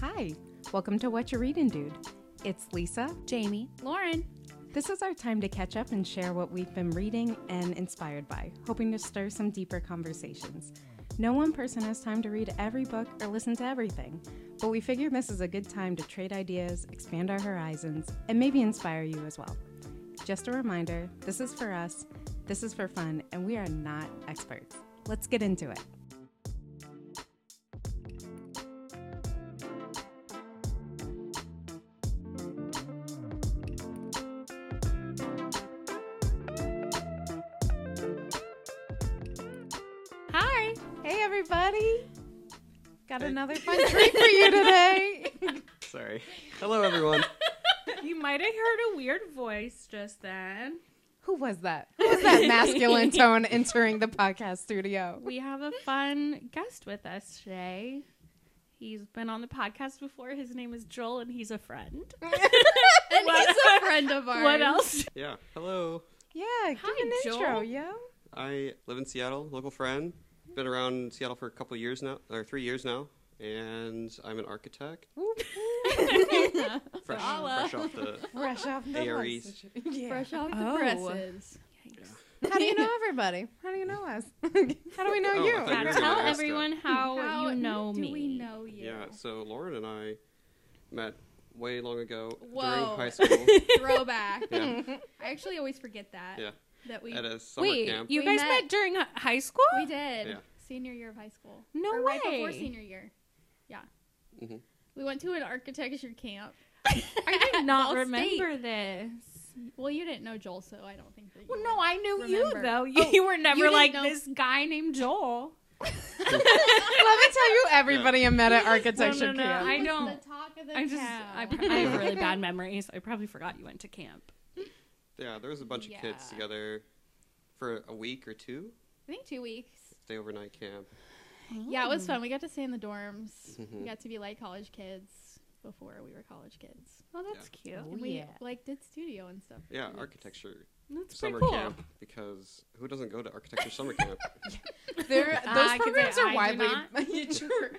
Hi, welcome to What You're Reading, Dude. It's Lisa. Jamie, Lauren. This is our time to catch up and share what we've been reading and inspired by, hoping to stir some deeper conversations. No one person has time to read every book or listen to everything, but we figure this is a good time to trade ideas, expand our horizons, and maybe inspire you as well. Just a reminder this is for us, this is for fun, and we are not experts. Let's get into it. Hi. Hey, everybody! Got another fun treat for you today. Sorry. Hello, everyone. You might have heard a weird voice just then. Who was that? Who was that masculine tone entering the podcast studio? We have a fun guest with us today. He's been on the podcast before. His name is Joel, and he's a friend. And What- he's a friend of ours. What else? yeah. Hello. Yeah, give Hi, an Joel. intro, yo. I live in Seattle, local friend. Been around Seattle for a couple years now, or three years now, and I'm an architect. Fresh, fresh off the. Fresh off the AREs. bus. Yeah. Fresh off Oh. the presses. How do you know everybody? How do you know us? How do we know Oh, I thought you? you Gotta were gonna tell ask that. everyone how, you know do me. we know you? Yeah. So Lauren and I met way long ago during Whoa. high school. Throwback. yeah. I actually always forget that. Yeah. That we At a summer Wait, camp. you We guys met, met- during hi- high school? we did Yeah. senior year of high school. No or Right before way. senior year. Yeah. Mhm. We went to an architecture camp. I do not Ball State. remember this. Well, you didn't know Joel, so I don't think that. You Well, no, I knew you Remember. though. You, Oh, you were never Oh, didn't like know- this guy named Joel. Let me tell you, everybody I met at architecture No, no, no, camp. I He was don't- The talk of the I just I, town. pr- I have really bad memories. I probably forgot you went to camp. Yeah. There was a bunch of kids Yeah. together for a week or two. I think two weeks. Stay overnight camp. Yeah, it was fun. We got to stay in the dorms. Mhm. We got to be like college kids before we were college kids. Oh, that's cute. and we like did studio and stuff. for Yeah. two weeks. Architecture That's summer pretty cool. camp because who doesn't go to architecture summer camp? They're- I those could say programs I are do widely not. Yeah, sure.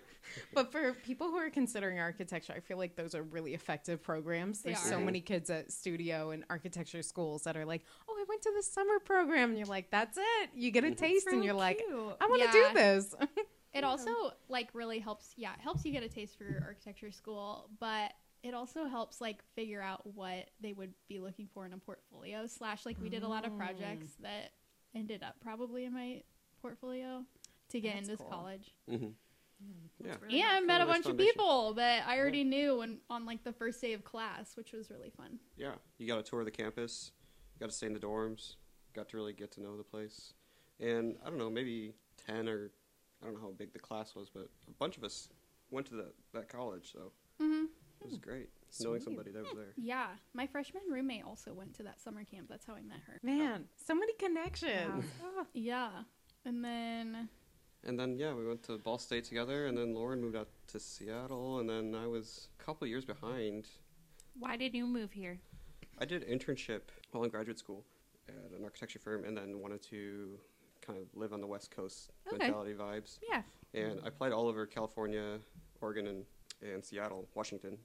But for people who are considering architecture, I feel like those are really effective programs. They There's so are. many kids at studio and architecture schools that are like, "Oh, I went to this summer program," and you're like, "That's it." You get a taste, and you're like, "I want to Yeah. do this." It also like really helps. Yeah, it helps you get a taste for your architecture school, but it also helps like figure out what they would be looking for in a portfolio. Slash, like we did a lot of projects that ended up probably in my portfolio to get That's into cool. college. Mhm. Yeah. Yeah, I met a nice bunch of foundation. people that I already knew when, on like the first day of class, which was really fun. Yeah, you got to tour the campus, you got to stay in the dorms, got to really get to know the place. And I don't know, maybe 10 or I don't know how big the class was, but a bunch of us went to the, that college, so Mm-hmm. it was great knowing Sweet. somebody that was there. Yeah, my freshman roommate also went to that summer camp. That's how I met her. Man, so many connections. Oh. Yeah, and then And then, yeah, we went to Ball State together, and then Lauren moved out to Seattle, and then I was a couple years behind. Why did you move here? I did internship while in graduate school at an architecture firm, and then wanted to kind of live on the West Coast Okay. mentality vibes. Yeah. and I applied all over California, Oregon, and, and Seattle, Washington,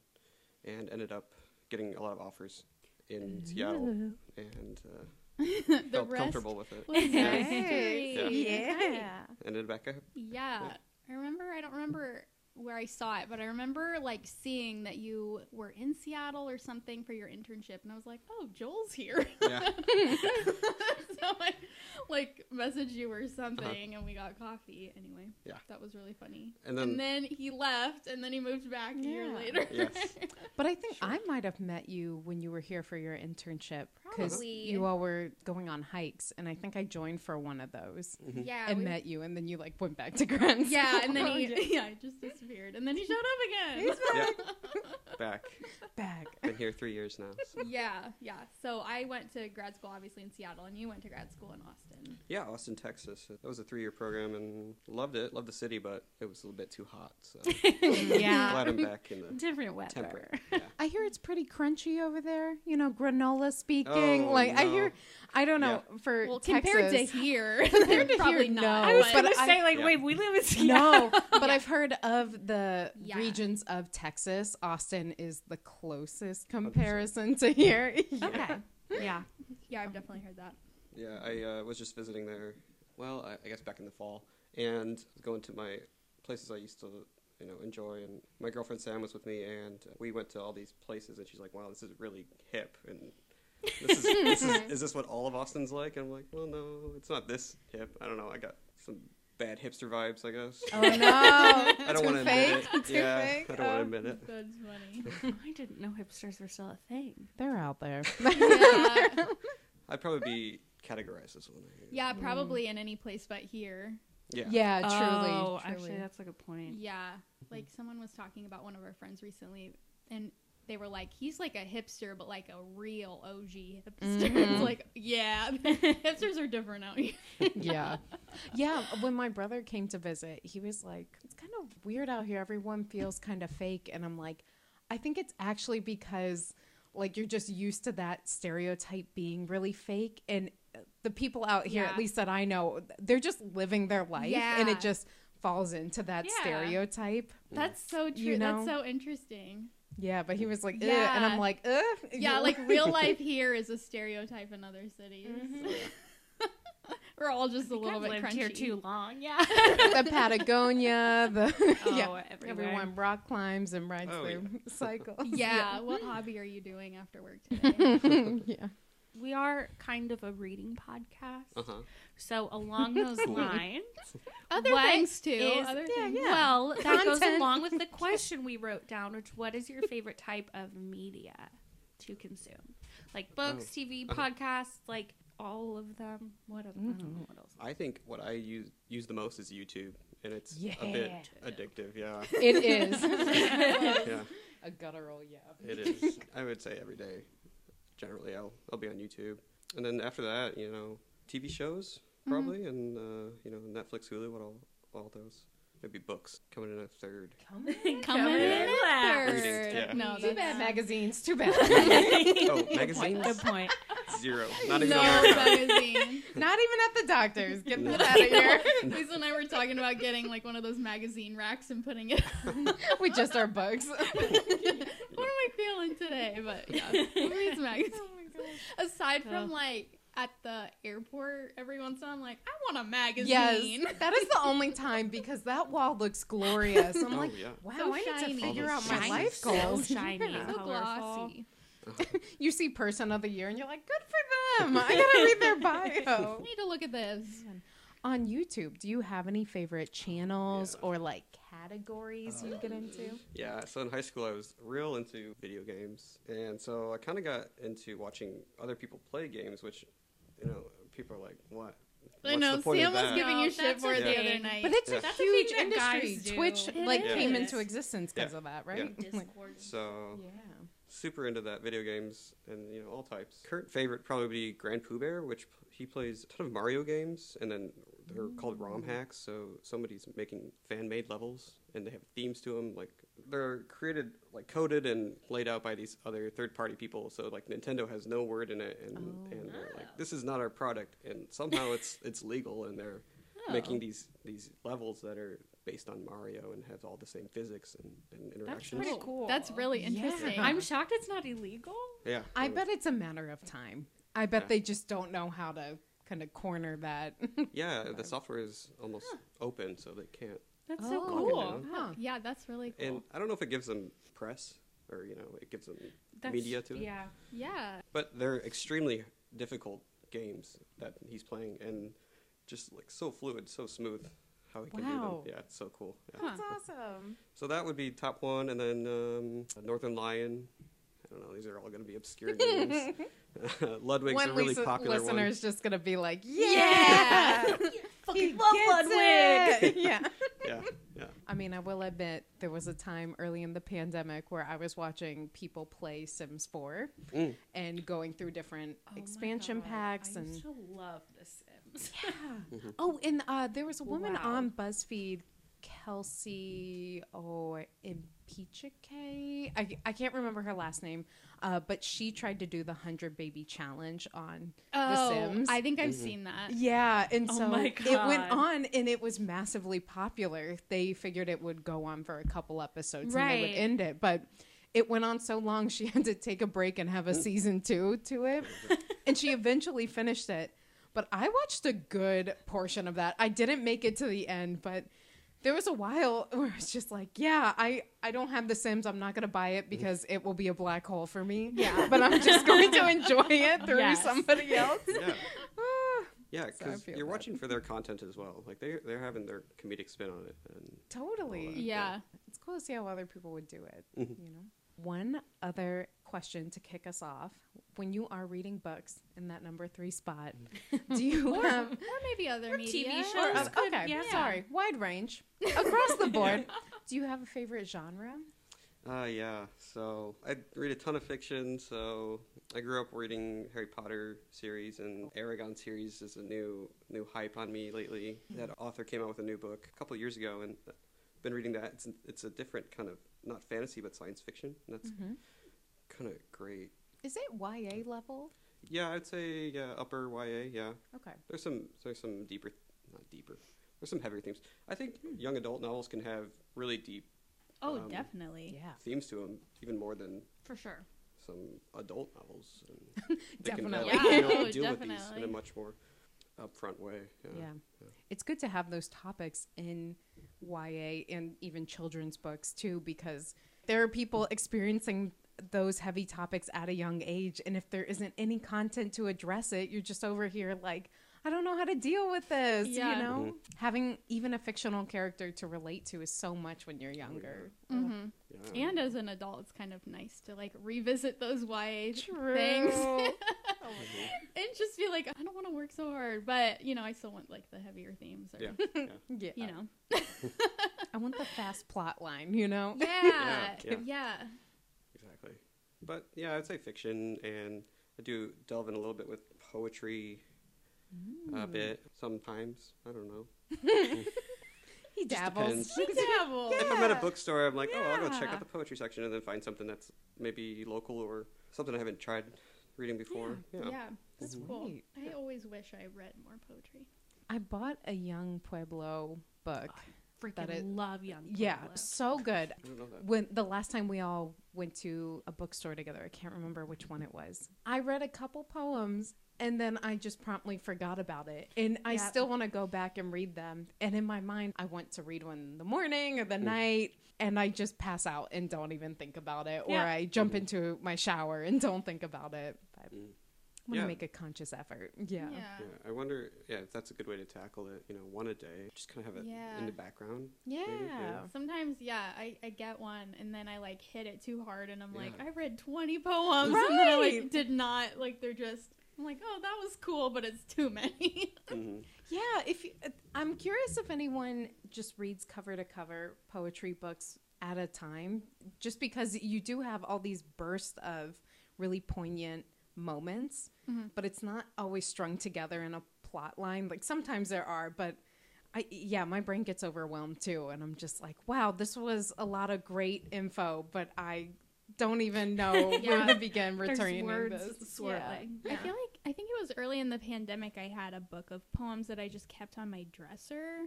and ended up getting a lot of offers in Seattle, and uh, the felt rest comfortable with it. was Yeah. history. Yeah. Yeah. Ended back up. Yeah, I remember. I don't remember where I saw it, but I remember like seeing that you were in Seattle or something for your internship, and I was like, "Oh, Joel's here." Yeah, so I like messaged you or something, and we got coffee. Anyway, Uh-huh. Yeah. that was really funny. and And then then he left, and then he moved back a year Yeah. later. Yes. But I think I might have met you when you were here for your internship because Probably. you all were going on hikes, and I think I joined for one of those Mm-hmm. yeah, and we- met you, and then you like went back to Grant. Yeah, and then School. he yeah, he just disappeared, and then he showed up again. yeah, back. back. Been here three years now. so- yeah, yeah. So I went to grad school, obviously in Seattle, and you went to grad school in Austin. Yeah, Austin, Texas. That was a three-year program, and loved it. Loved the city, but it was a little bit too hot. So yeah. glad I'm back in the Different weather. temperate. Yeah. I hear it's pretty crunchy over there. You know, granola speaking. Oh, like I no. hear, I don't know for Well, Texas. compared to here, Compared to probably here, not. no. I was But gonna I- say like, Yeah. wait, we live in Seattle. No, but I've heard of the Yeah. regions of Texas. Austin is the closest comparison to here. Yeah. Okay. Yeah. yeah, I've definitely heard that. Yeah, I uh, was just visiting there. Well, I, I guess back in the fall, and going to my places I used to, you know, enjoy. And my girlfriend Sam was with me, and we went to all these places, and she's like, "Wow, this is really hip." And this is, this is, is this what all of Austin's like? And I'm like, "Well, no, it's not this hip. I don't know. I got some bad hipster vibes, I guess. Oh no! I Too don't want to admit fake? it. Too yeah, fake? I don't Oh. want to admit it. That's funny. I didn't know hipsters were still a thing. They're out there. Yeah, I'd probably be categorized as one. yeah probably in any place but here. Yeah. Yeah, Uh, truly. Oh, truly. actually, that's a good point. Yeah, like someone was talking about one of our friends recently, and they were like, "He's like a hipster, but like a real OG hipster." Mhm. it's like, yeah, hipsters are different out here. yeah. Yeah. When my brother came to visit, he was like, it's kind of weird out here. Everyone feels kind of fake. And I'm like, I think it's actually because, like, you're just used to that stereotype being really fake. And uh, the people out here, at Yeah. least that I know, they're just living their life. And Yeah. it just falls into that Yeah. stereotype. That's so true. You That's know? so interesting. Yeah. But he was like, Ugh, and Yeah. I'm like, Ugh. Yeah, like real life here is a stereotype in other cities. Mm-hmm. We're all just a I think little I've bit lived crunchy. here too long. Yeah. the Patagonia, the. Oh, yeah. everywhere. Everyone rock climbs and rides Oh, their cycle. Yeah, what hobby are you doing after work today? yeah. We are kind of a reading podcast, Uh huh. so along those lines, Other What things too. is- other yeah, things. yeah. well, that goes Content. along with the question we wrote down, which what is your favorite type of media to consume? Like books, TV, Uh-huh. podcasts, like all of them. What of I Mm-hmm. don't know what else. I think what I use use the most is YouTube, and it's a bit Yeah. addictive. Yeah, It is. yeah, a guttural yeah. it is. I would say every day. Generally, I'll I'll be on YouTube, and then after that, you know, TV shows probably, and uh, you know, Netflix, Hulu, what all all those. Maybe books coming in a third. Coming in Yeah. last. Third. Reading, yeah. No, Too that's bad not- magazines. Too bad. Oh, magazines Good point. zero. Not even. no on my account. magazine. Not even at the doctors. Get that out of here. Lisa and I were talking about getting like one of those magazine racks and putting it. We just are bugs. what am I feeling today? But yeah, who reads magazines? Aside from like at the airport, every once in a while, I'm like, I want a magazine. yes, that is the only time because that wall looks glorious. I'm Oh, like, yeah. wow, So I need shiny. to figure out my Shiny, life so goals. shiny. Yeah. So Colorful. glossy. You see person of the year, and you're like, good for them. I gotta read their I bio. need to look at this. On YouTube, do you have any favorite channels Yeah. or like categories you get into? Yeah, so in high school I was real into video games, and so I kind of got into watching other people play games, which, you know, people are like, "What?" I What's know the point of Sam was that? giving No, you shit that's for a it the thing. other night. Uh, But it's Yeah. a That's a thing huge that industry. guys do. Twitch It like is. came into existence because Yeah. of that, right? Like, So yeah. super into that video games and you know all types. Current favorite probably be Grand Pooh Bear, which p- he plays a ton of Mario games, and then they're called ROM Mm. hacks. So somebody's making fan made levels, and they have themes to them. Like they're created, like coded and laid out by these other third party people. So like Nintendo has no word in it, and Oh. and they're like this is not our product, and somehow it's it's legal, and they're Oh. making these these levels that are based on Mario and have all the same physics and, and interactions. pretty cool. That's really Yeah. interesting. I'm shocked it's not illegal. Yeah, I totally. bet it's a matter of time. I bet Yeah. they just don't know how to kind of corner that. Yeah, the software is almost open, so they can't. That's Oh. so Lock it cool. down. Huh. Yeah, that's really cool. And I don't know if it gives them press or you know it gives them That's, media to it. Yeah. yeah. But they're extremely difficult games that he's playing, and just like so fluid, so smooth, how he can do them. Wow. Yeah, it's so cool. Yeah. Huh. awesome. So that would be top one, and then um, Northern Lion. I don't know; these are all going to be obscure names. Ludwig's One a really listen- popular listener's just gonna be like, yeah, Yeah. He Fucking love gets Ludwig. it." yeah. one. Yeah, yeah. I mean, I will admit there was a time early in the pandemic where I was watching people play Sims 4 Mm. and going through different Oh my expansion God, packs I and used to love The Sims. Yeah. Oh, and uh, there was a woman Wow. on BuzzFeed Kelsey oh Impichike. I I can't remember her last name, uh, but she tried to do the hundred baby challenge on The Sims. Oh, I think I've Mhm. seen that. yeah, and Oh so my it went God. on and it was massively popular. They figured it would go on for a couple episodes and they would Right. end it, but it went on so long she had to take a break and have a season two to it. and she eventually finished it. But I watched a good portion of that. I didn't make it to the end, but there was a while where it's just like, yeah, I, I don't have The Sims. I'm not going to buy it because it will be a black hole for me. Yeah. But I'm just going to enjoy it through Yes. somebody else. yeah, Ah, yeah, So I because feel you're bad. watching for their content as well. Like they they're having their comedic spin on it, and totally. Yeah. Yeah. It's cool to see how other people would do it, Mm-hmm. Mhm. you know? One other question to kick us off. When you are reading books in that number three spot, do you Or, have or maybe other TV media. Or, Mm-hmm. shows. uh, could- okay, yeah. sorry. Wide range across the board. Do you have a favorite genre? Uh, yeah. So I read a ton of fiction. So I grew up reading Harry Potter series, and Aragon series is a new new hype on me lately. That author came out with a new book a couple of years ago, and I've been reading that. It's it's a different kind of not fantasy, but science fiction. And that's Mm-hmm. kind of great. Is it YA level? Yeah, I'd say yeah, upper YA. Yeah, Okay. there's some there's some deeper, not deeper. There's some heavier themes. I think young adult novels can have really deep Oh, Um, definitely. themes to them, even more than For sure. some adult novels. And they can Definitely. deal- Yeah. Oh, deal, deal with these in a definitely. much more upfront way. Yeah. Yeah. It's good to have those topics in YA and even children's books too, because there are people experiencing those heavy topics at a young age. And if there isn't any content to address it, you're just over here like, I don't know how to deal with this. You Yeah. know, Mm-hmm. having even a fictional character to relate to is so much when you're younger. Mhm. Yeah. And as an adult, it's kind of nice to like revisit those YA True. things and just be like, I don't want to work so hard, but you know, I still want like the heavier themes or Yeah. Yeah. you know, I want the fast plot line, you know? yeah, Yeah, yeah. Exactly. But yeah, I'd say fiction, and I do delve in a little bit with poetry. A bit sometimes. I don't know. He Just dabbles. depends. Dabble. If I'm at a bookstore, I'm like, oh, I'll go check Yeah. out the poetry section and then find something that's maybe local or something I haven't tried reading before. Yeah. Yeah. that's Mhm. cool. Right. I always wish I read more poetry. I bought a Young Pueblo book. Freaking That it- love young. yeah, Pueblo. so good. I don't know that. When the last time we all went to a bookstore together, I can't remember which one it was. I read a couple poems and then I just promptly forgot about it. And I Yep. still want to go back and read them. And in my mind, I want to read one in the morning or the Mm. night. And I just pass out and don't even think about it. Or Yeah. I jump Mhm. into my shower and don't think about it. But I Mm. want to Yeah. make a conscious effort. Yeah. Yeah, I wonder. Yeah, if that's a good way to tackle it. You know, one a day, just kind of have it in Yeah. the background. yeah. Sometimes, yeah, I, I get one and then I like hit it too hard and I'm like, Yeah. I read 20 poems and then I Right. like did not, like, they're just, I'm like, oh, that was cool, but it's too many. hmm Yeah, if you, uh, I'm curious if anyone just reads cover to cover poetry books at a time, just because you do have all these bursts of really poignant moments, Mm-hmm. Mhm. but it's not always strung together in a plot line. Like sometimes there are, but I yeah, my brain gets overwhelmed too, and I'm just like, wow, this was a lot of great info, but I don't even know where Yeah. to begin There's returning words this. swirling. I feel like, I think it was early in the pandemic, I had a book of poems that I just kept on my dresser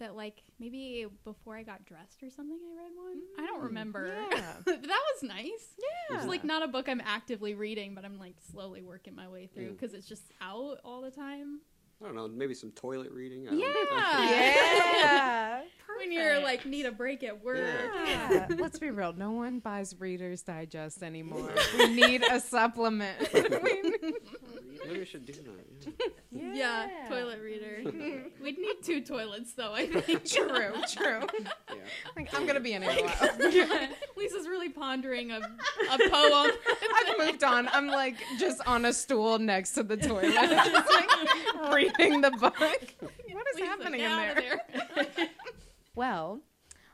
that, like, maybe before I got dressed or something, I read one. Mm. I don't remember. Yeah. but that was nice. Yeah. It's like not a book I'm actively reading, but I'm like slowly working my way through Mm. because it's just out all the time. I don't know. Maybe some toilet reading. I don't know. Yeah. yeah. When you're Perfect. like need a break at work. Yeah. Let's be real. No one buys Reader's Digest anymore. We need a supplement. Maybe I should do that. yeah. Yeah, toilet reader. We'd need two toilets though, I think. True, true. Yeah. Like, I'm going to be in it a while. Lisa's really pondering a, a poem. I've moved on. I'm like just on a stool next to the toilet, just like reading the book. What is Lisa, happening get in out there? of Well,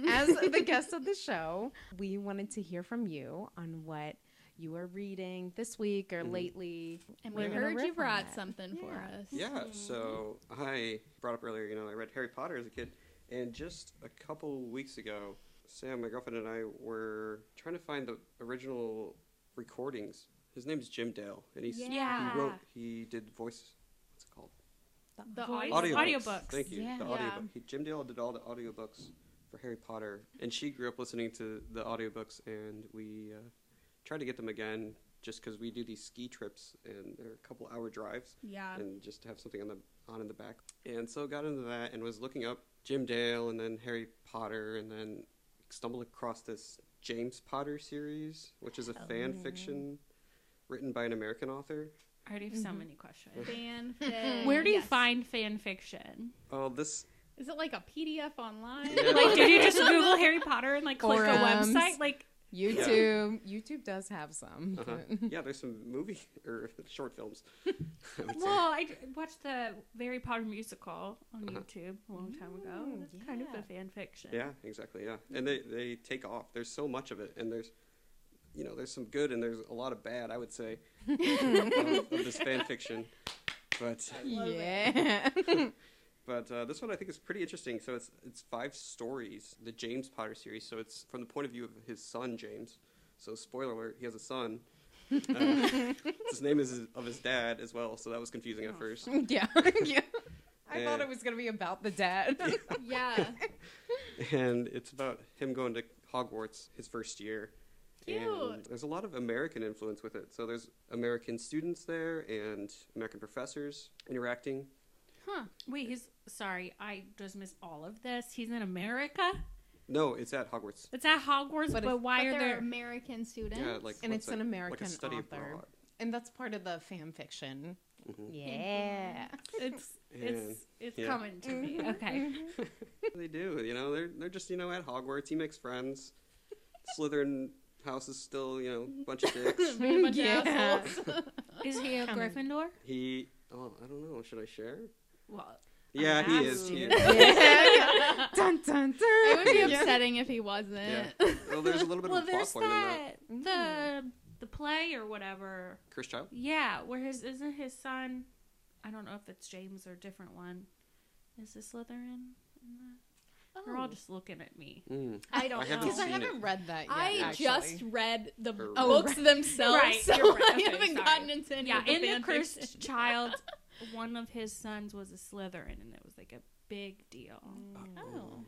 as the guest of the show, we wanted to hear from you on what you are reading this week or Mhm. lately. And We're we gonna heard you riff on brought that. something for Yeah. us. Yeah, so I brought up earlier, you know, I read Harry Potter as a kid, And just a couple weeks ago, Sam, my girlfriend, and I were trying to find the original recordings. His name's Jim Dale, and he's Yeah. he wrote he did voice. What's it called? The voice- audio- Audiobooks. audiobooks. Thank you. Yeah. The Yeah. audiobook. He, Jim Dale did all the audiobooks for Harry Potter, and she grew up listening to the audiobooks, and we uh, tried to get them again just because we do these ski trips, and they're a couple hour drives Yeah. and just to have something on the on in the back. And so got into that and was looking up Jim Dale and then Harry Potter and then stumbled across this James Potter series, which is a fan fiction written by an American author. I already have so many questions. Fanfic. Where do you Yes. find fan fiction? Oh, this Is it like a PDF online? Yeah. Like, did you just Google Harry Potter and like click a Forums. website? Like, YouTube. YouTube does have some. uh but- yeah, there's some movie or short films. I would say. well, I d- watched the Harry Potter musical on Uh-huh. YouTube a long time ago. Mm, That's kind of yeah. a fan fiction. Yeah, exactly. Yeah, and they they take off. There's so much of it, and there's you know there's some good and there's a lot of bad. I would say of, of this fan fiction, but Yeah. But uh, this one I think is pretty interesting. So it's it's five stories, the James Potter series. So it's from the point of view of his son James. So spoiler alert, he has a son. Uh, his name is of his dad as well. So that was confusing at Oh, first. yeah. yeah. I thought Yeah. it was going to be about the dad. yeah. And it's about him going to Hogwarts his first year. And Cute. there's a lot of American influence with it. So there's American students there and American professors interacting. Huh. Wait, he's sorry. I just missed all of this. He's in America. No, it's at Hogwarts. It's at Hogwarts, But but, if- why But are they're there? American students. Yeah, like And what's it's an that? American like a study author. abroad. and that's part of the fan fiction. Mhm. Yeah. It's it's it's Yeah. coming to me. Okay. They do, you know. They're they're just you know at Hogwarts. He makes friends. Slytherin house is still you know a bunch of dicks. Being a bunch of Yeah. assholes. Is he a Coming. Gryffindor? he oh I don't know. Should I share? Well, Yeah, he is. He is. Yeah. dun, dun, dun. it would be Yeah. upsetting if he wasn't. Well, there's a little bit well, of a plot there's point in that. that the the play or whatever. Chris Child. Yeah, where his isn't his son. I don't know if it's James or a different one. Is this Slytherin? in that? They're Oh. all just looking at me. Mm. I don't I haven't know. Because I seen haven't it. read that yet. I actually. just read the b- Or- Oh, books right. themselves, Right, so you're right. Okay, I haven't sorry. gotten into any Yeah, of the in the fan cursed fiction. child, one of his sons was a Slytherin, and it was like a big deal. Oh.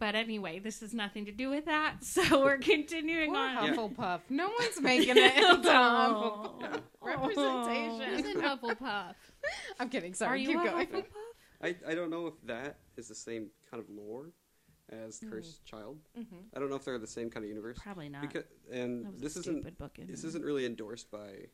But anyway, this has nothing to do with that, so we're continuing Poor on. Hufflepuff. No one's making it into Hufflepuff. Oh. Yeah. He's Representation. in Hufflepuff. I'm kidding. Are Sorry, you keep a going. Hufflepuff? I I don't know if that is the same kind of lore as Cursed Child. Mhm. I don't know if they're the same kind of universe. Mm. Probably not. Because that and was this a isn't stupid book. this isn't really endorsed by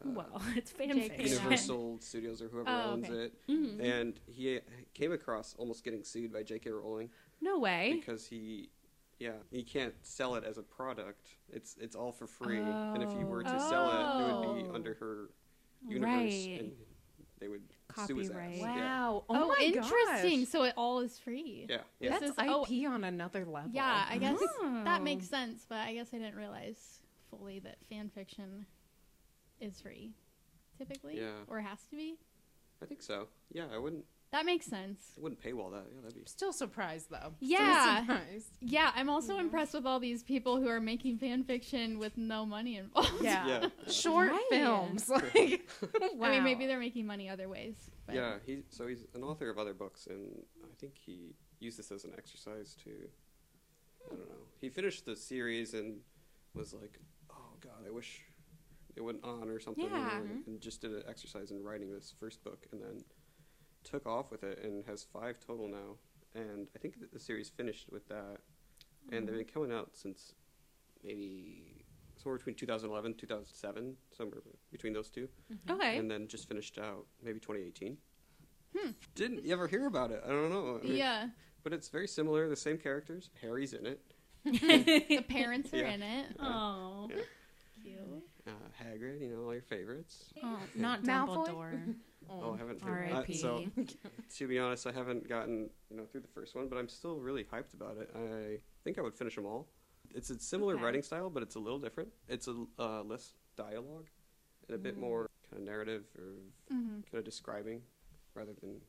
uh, well, it's fan J.K. fiction. Universal Studios or whoever Oh, owns okay. it. Mhm. And he came across almost getting sued by J.K. Rowling No way. because he, yeah, he can't sell it as a product. It's it's all for free, and if you were to sell it, it would Oh. be under her universe, Right. and they would sue his ass. Copyright. Yeah. Wow. Oh, Oh, my interesting. Gosh. So it all is free. Yeah, yeah. That's This is- oh, IP on another level. Yeah, I Mm-hmm. guess that Oh. makes sense, but I guess I didn't realize fully that fan fiction is free, typically, Yeah. or has to be. I think so. Yeah, I wouldn't That makes sense. I wouldn't paywall that. Yeah, that'd be. Still surprised though. Yeah. Still surprised. Yeah, I'm also impressed with all these people who are making fan fiction with no money involved. Yeah. Yeah, Short Right. films. Like, wow. I mean, maybe they're making money other ways. But yeah. He so he's an author of other books, and I think he used this as an exercise to. I don't know. He finished the series and was like, "Oh God, I wish it went on or something," you Yeah. know, and- and just did an exercise in writing this first book, and then took off with it and has five total now. And I think that the series finished with that, and they've been coming out since maybe somewhere between 2011 2007 somewhere between those two Okay. and then just finished out maybe 2018. Didn't you ever hear about it? I don't know. I mean, Yeah, But it's very similar. The same characters. Harry's in it. the parents are Yeah. in it. oh. Yeah. Cute. Uh, Hagrid, you know, all your favorites. oh, not Malfoy? Dumbledore. Oh, I haven't heard R.I.P. uh, So, to be honest, I haven't gotten, you know, through the first one, but I'm still really hyped about it. I think I would finish them all. It's a similar Okay. writing style, but it's a little different. It's a uh, less dialogue and a bit more kind of narrative or Mhm. kind of describing rather than.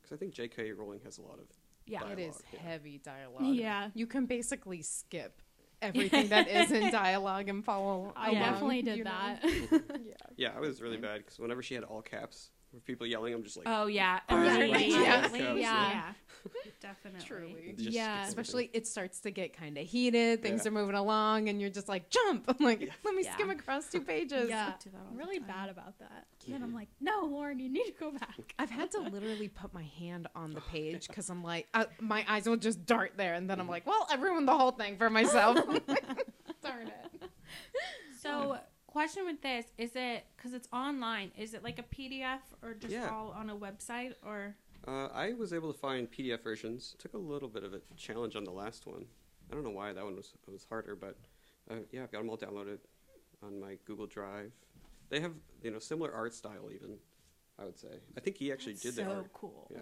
Because I think J.K. Rowling has a lot of Yeah. But- It is Dialogue, yeah. heavy dialogue. Yeah. You can basically skip everything that is in dialogue and follow. I along, definitely you did know? that. Yeah. Yeah, I was really bad because whenever she had all caps, with people yelling, I'm just like, Oh yeah, Burn Immediately. it. Yes. Yeah. Yeah. definitely. Truly. just yeah. skip everything. Especially, it starts to get kind of heated. Things Yeah. are moving along, and you're just like, "Jump!" I'm like, Yeah. "Let me Yeah. skim across two pages." Yeah. I do that all I'm the really time. bad about that. And Mhm. I'm like, no, Lauren, you need to go back. I've had to literally put my hand on Oh, the page because I'm like, uh, my eyes will just dart there, and then Mm-hmm. I'm like, "Well, I ruined the whole thing for myself." Darn it. So, question with this is it because it's online? Is it like a PDF or just Yeah. all on a website or? Uh, I was able to find PDF versions. Took a little bit of a challenge on the last one. I don't know why that one was was harder, but uh, yeah, I've got them all downloaded on my Google Drive. They have you know similar art style even. I would say. I think he actually did so that art. cool. Yeah.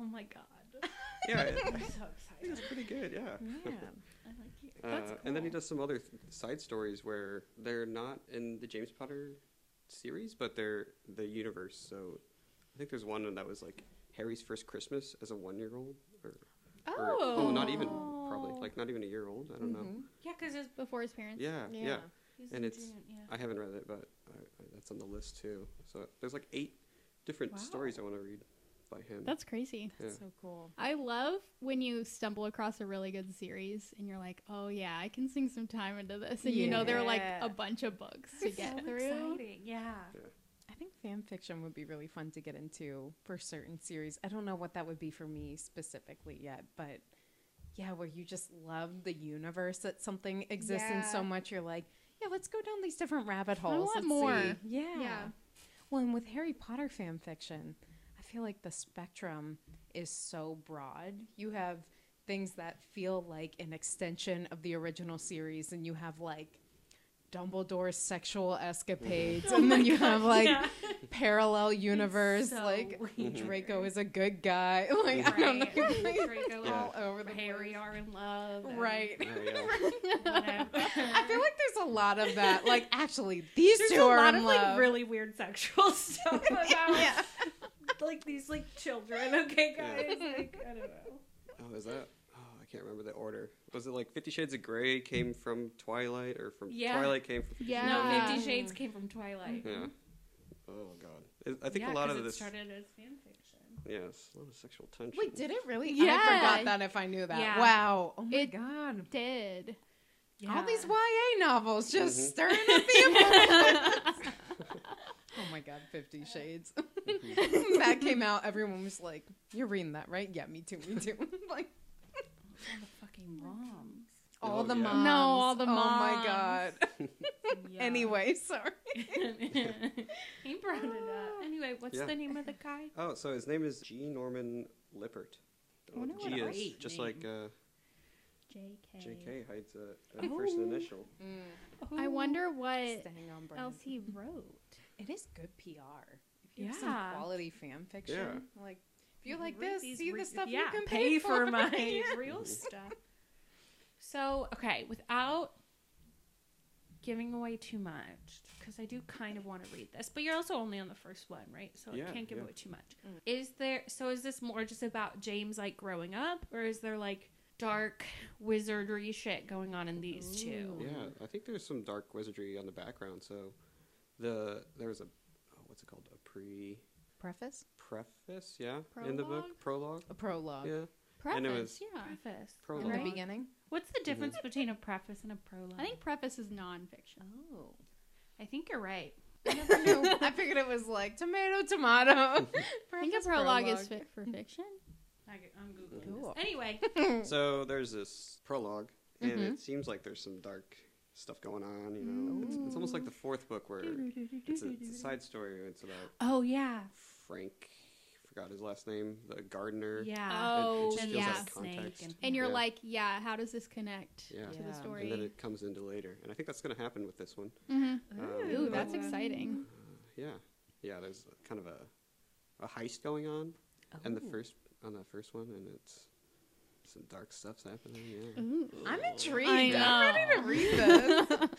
Oh my god, Yeah, I I'm so think excited. it's pretty good. Yeah. I like you. Uh, And then he does some other th- side stories where they're not in the James Potter series, but they're the universe. So I think there's one that was like Harry's first Christmas as a one-year-old, or, or- oh, not even probably Oh. like not even a year old. I don't know. Mhm. Yeah, because it's Before his parents. Yeah, yeah, Yeah. he's in And it's- June, yeah. I haven't read it, but I, I- that's on the list too. So there's like eight different Wow. stories I want to read by him. That's crazy. yeah. So cool. I love when you stumble across a really good series and you're like, oh, yeah, I can sink some time into this. And you know, there are like Yeah. a bunch of books to get so through. exciting. Yeah. I think fan fiction would be really fun to get into for certain series. I don't know what that would be for me specifically yet, but yeah, where you just love the universe that something exists in so Yeah. much, you're like, yeah, let's go down these different rabbit holes. want Let's more. see." Yeah. Yeah. Well, and with Harry Potter fan fiction, I feel like the spectrum is so broad. You have things that feel like an extension of the original series, and you have like Dumbledore's sexual escapades, and then you have like Oh yeah. parallel universe. It's so like weird. Mm-hmm. Draco is a good guy. Like I don't know. Right. Like, Draco it's all over the and Harry place. are in love. and Right. Yeah, yeah. whatever. I feel like there's a lot of that. Like actually, these There's two a are lot in of love. like really weird sexual stuff about yeah. like these like children. Okay, Yeah. guys. Like, I don't know. Oh, is that? Oh, I can't remember the order. Was it like Fifty Shades of Grey came from Twilight, or from Yeah. Twilight came from? Fifty Shades of Grey? No, Yeah. Fifty Shades came from Twilight. Yeah. Oh God. I I think a lot 'cause of it this. started as fan fiction. Yes, a lot of sexual tension. Wait, did it really? Yeah. I forgot that. If I knew that. Yeah. Wow. Oh my It- god. Did. All these YA novels just Mhm. stirring up the emotions. oh my god, Fifty Shades. Mm-hmm. that came out. Everyone was like, "You're reading that, right? Yeah, me too, me too." like all the fucking moms. all Oh, the yeah. moms. No, all the Oh my moms. god. Anyway, sorry. he brought it up. Anyway, what's Yeah. the name of the guy? Oh, so his name is G. Norman Lippert. Oh, I wonder G what a is great just name. like uh, JK. J.K. hides a, a first initial. I wonder what Staying Mm. on brand. else he wrote. It is good PR. If you have some Yeah. quality fan fiction, like if you like Read this, these see re- the stuff yeah, you can pay, for my Yeah. real stuff. So okay, without giving away too much, because I do kind of want to read this, but you're also only on the first one, right? So Yeah, I can't give yeah. away too much. Is there? So is this more just about James like growing up, or is there like dark wizardry shit going on in these two? Yeah, I think there's some dark wizardry on the background. So the there was a oh, what's it called a pre Preface, preface? Yeah, in the book prologue. a prologue, Yeah, Preface. And it was- yeah. Preface. in prologue. Mm-hmm. the Right. beginning. What's the difference between a preface and a prologue? I think preface is nonfiction. Oh, I think you're right. I never knew. I figured it was like tomato, tomato. I think a Preface, prologue is fit for fiction. I, am googling. Cool. This. Anyway, So there's this prolog and Mhm. it seems like there's some dark stuff going on. You know, it's, it's almost like the fourth book where it's a, it's a side story. It's about oh yeah, Frank, forgot his last name, the gardener. yeah. It- it Oh, just and feels yeah. out of context. Snake and- And you're Yeah. like, yeah, how does this connect Yeah. to Yeah. the story? And then it comes into later, and I think that's going to happen with this one. Mhm. Um, Ooh, but, that's Ooh. exciting. yeah, yeah. There's kind of a a heist going on, and the Oh. first on the first one, and it's some dark stuff's happening. Yeah. Ooh. I'm intrigued. I I'm ready to know. read this.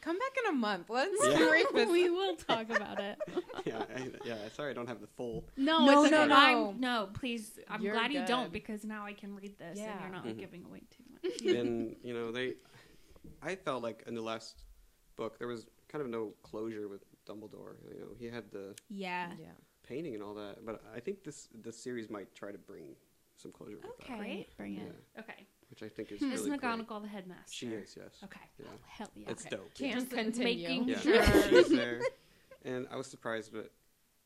Come back in a month. Let's Yeah. revisit. we will talk about it. yeah, I, yeah. Sorry, I don't have the full. No, No, it's no, okay. no. I'm, no, please. I'm You're glad you don't good. because now I can read this and Yeah. you're not Mhm. giving away too much. and you know they, I felt like in the last book there was kind of no closure with Dumbledore. You know, he had the Yeah. Yeah. painting and all that, but I think this this series might try to bring some closure. With that. Okay. Hmm. Bring Yeah, it. Okay. which I think is Is really great. McGonagall the headmaster? She is, yes. Okay. Oh, Yeah. Hell yeah. It's dope. Can't Just continue. making Yeah, sure. she's there. And I was surprised, but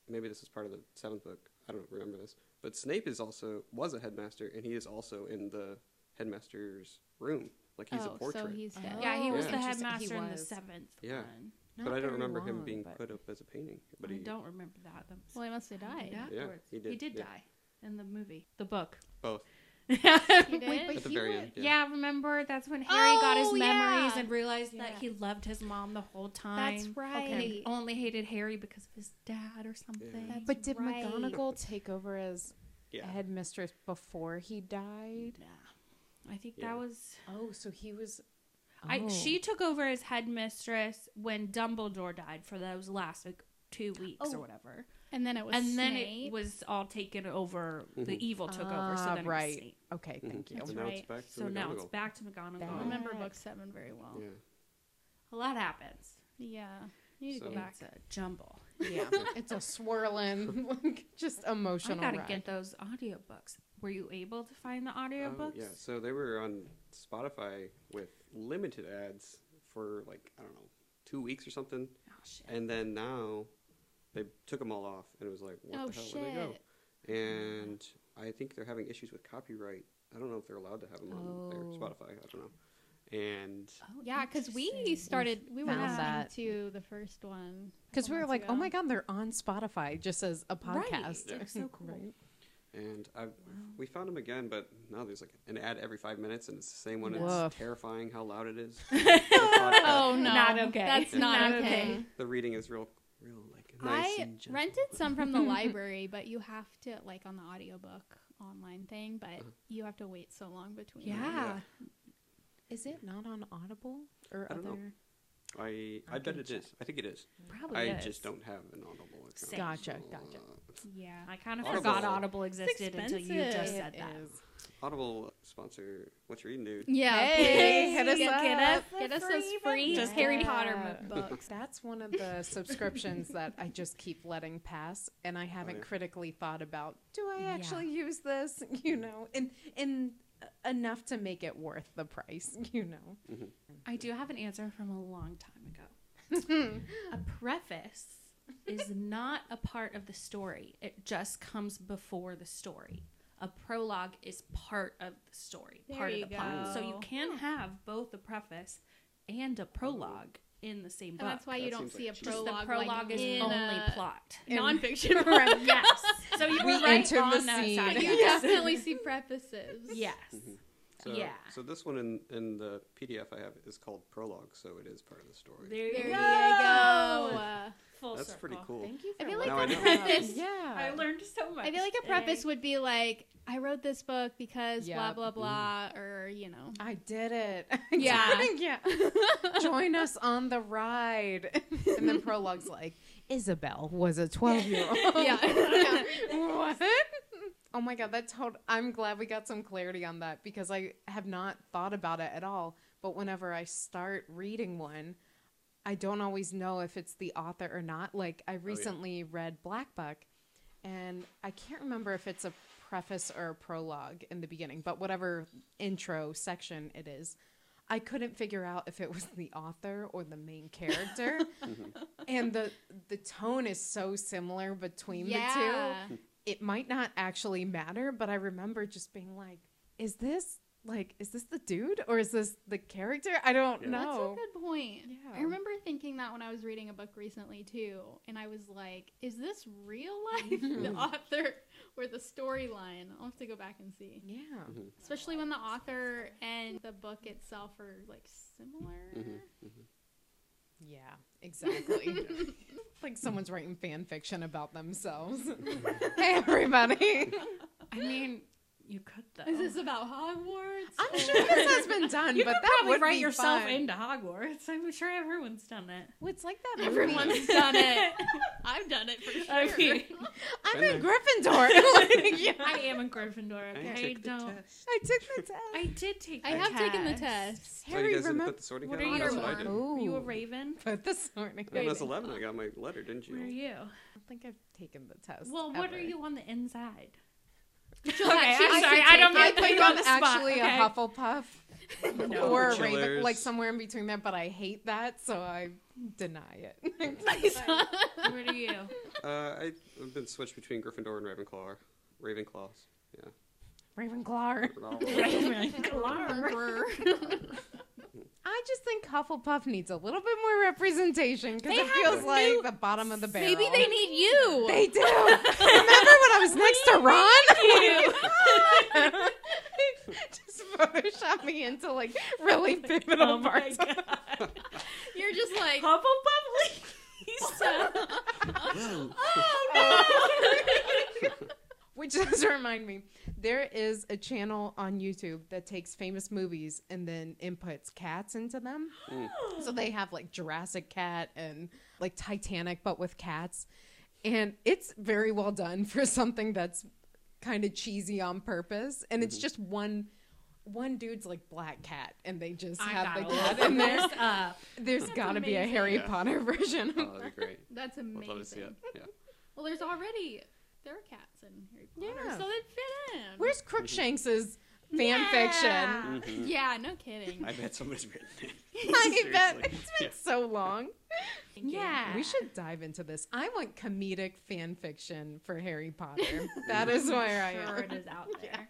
maybe this is part of the seventh book. I don't remember this, but Snape is also was a headmaster, and he is also in the headmaster's room. Like he's Oh, a portrait, so he's dead. Oh. Yeah, he was Yeah. the Interesting. He headmaster in the was. seventh Yeah. one. but Not I don't very remember him long, being but- put up as a painting. But I he, don't remember that. That was Well, he must have died. died Yeah, afterwards. he did, yeah. die in the movie, the book. both he did? at the very end. Yeah. Yeah. remember that's when Harry got his Oh, memories yeah. and realized that Yeah. he loved his mom the whole time. And right. he only hated Harry because of his dad or something. That's But did right. McGonagall take over as Yeah. headmistress before he died? yeah. I think Yeah. that was Oh, so he was. I Oh. she took over as headmistress when Dumbledore died for those last like two weeks Oh, or whatever. And then it was and then Snape. it was all taken over Mhm. the evil took over, so Ah, then it was right. Snape. Okay, Mhm. thank you. And now it's right. back to So now it's McGonagall. back to McGonagall. Back. I remember book Back. seven very well. Yeah. A lot happens. Yeah. You need to So- uh, go back. It's a jumble. Yeah, it's a swirling, like, just I emotional gotta ride. get those audiobooks. Were you able to find the Oh, audiobooks? yeah. So they were on Spotify with limited ads for like I don't know two weeks or something, Oh shit. and then now they took them all off, and it was like, what Oh, the hell where they go? shit. And I think they're having issues with copyright. I don't know if they're allowed to have them on their Oh. Spotify. I don't know. And Oh, Yeah, because we interesting. started, we were found listening that. to the first one. Because we were months like, oh ago. my god, they're on Spotify just as a Right. podcast. They're so cool. Right. and I Wow. we found them again, but now there's like an ad every five minutes, and it's the same one. Woof. It's terrifying how loud it is. The podcast- Oh, no. Not okay. That's not, Not okay. okay. the reading is real, real like nice I and gentle. rented some from the library, but you have to, like, on the audiobook online thing, but Uh-huh. you have to wait so long between. Yeah. Yeah. Is it not on Audible or I other? don't know. I I I, bet can it is. check. I think it is. Probably I Oh, is. just don't have an Audible account. Same. Gotcha, so, gotcha. uh, Yeah. I kind of Audible. forgot Audible existed until you just expensive. said that. Audible sponsor, what's your reading dude? Yeah. Hey, please hit us get up. Us, get us those free Just Harry yeah. Potter mo- books. That's one of the subscriptions that I just keep letting pass, and I haven't yeah. critically thought about. Do I Yeah. actually use this? You know, and and enough to make it worth the price. You know. I do have an answer from a long time ago. a preface is not a part of the story, it just comes before the story. A prologue is part of the story, There part you of the plot. So you go. can have both a preface and a prologue in the same book. And that's why you That don't seems see like a cheating. Just prologue. the prologue like, is in uh, only a plot. Nonfiction. Correct, yes. So you We were right enter the on that scene. side. you Yes. definitely see prefaces. Yes. So, Yeah. So this one in, in the PDF I have is called Prologue, so it is part of the story. There you There you go. go. Oh, Full That's pretty circle. cool. Thank you. I for feel like Now I a know. preface. Uh, yeah. I learned so much. I feel like a today. preface would be like, I wrote this book because Yep. blah blah blah, or you know. I did it. Yeah. yeah. Join us on the ride. And then prologue's like, Isabel was a 12 year old. Yeah. what? Oh my God, that's how I'm glad we got some clarity on that because I have not thought about it at all. But whenever I start reading one, I don't always know if it's the author or not. Like, I recently read Black Buck, and I can't remember if it's a preface or a prologue in the beginning, but whatever intro section it is, I couldn't figure out if it was the author or the main character. and the the tone is so similar between the yeah. two. It might not actually matter, but I remember just being like, is this like is this the dude or is this the character? I don't Yeah. That's That's a know. good point. Yeah. Oh. I remember thinking that when I was reading a book recently too, and I was like, "Is this real life? the Mm-hmm. author or the storyline?" I'll have to go back and see. yeah. Especially when the author and the book itself are like similar. Mm-hmm. Yeah, exactly. like someone's writing fan fiction about themselves. hey, everybody. I mean, you could though. Is Oh. this about Hogwarts? I'm sure this has been done, you but could that probably would write be yourself fun. into Hogwarts. I'm sure everyone's done it. Well, It's like that. movie. Everyone's done it. I've done it for sure. I mean, I'm Been in Gryffindor. Like, yeah. I am a Gryffindor. I Okay, I took the don't. test. I took the test. I did take. I the have taken the test. test. Oh, you Harry, guys didn't remember? put the sorting What hat are on? you That's what I on? did. Oh, Were you a Ooh, raven? But this morning, When I was Raven. 11, I got my letter, didn't Were you? you? I don't think I've taken the test. Well, what are ever. you on the inside? She'll have- Okay, she I'm has to sorry, I take don't it. know. I Put think you on I'm the spot, actually okay? a Hufflepuff No. or a Chillers. Raven, like somewhere in between there. But I hate that, so I deny it. What are you? Uh, I- I've been switched between Gryffindor and Ravenclaw. Ravenclaws. Ravenclaw. I just think Hufflepuff needs a little bit more representation because They it have feels new- like the bottom of the barrel. Maybe they need you. They do. Remember when I was next to Ron? Just Photoshop me into like really pivotal Oh my parts. god. You're just like Hufflepuff Lisa. Which does remind me, there is a channel on YouTube that takes famous movies and then inputs cats into them. Hmm. So they have like Jurassic Cat and like Titanic, but with cats. And it's very well done for something that's kind of cheesy on purpose. And Mm-hmm. it's just one one dude's like black cat, and they just have the cat in there. messed up. There's got to be a Harry Yeah. Potter version. of Oh, that'd be great. that's I'd amazing. love to see it. Yeah. Well, there's already there are cats in Harry Potter, Yeah. so they'd fit in. Where's Crookshanks's fan fiction? yeah, no kidding. Mm-hmm. I bet somebody's written it. I bet Seriously. it's been so long. Yeah. We should dive into this. I want comedic fan fiction for Harry Potter. that is where I Sure am. it is out there.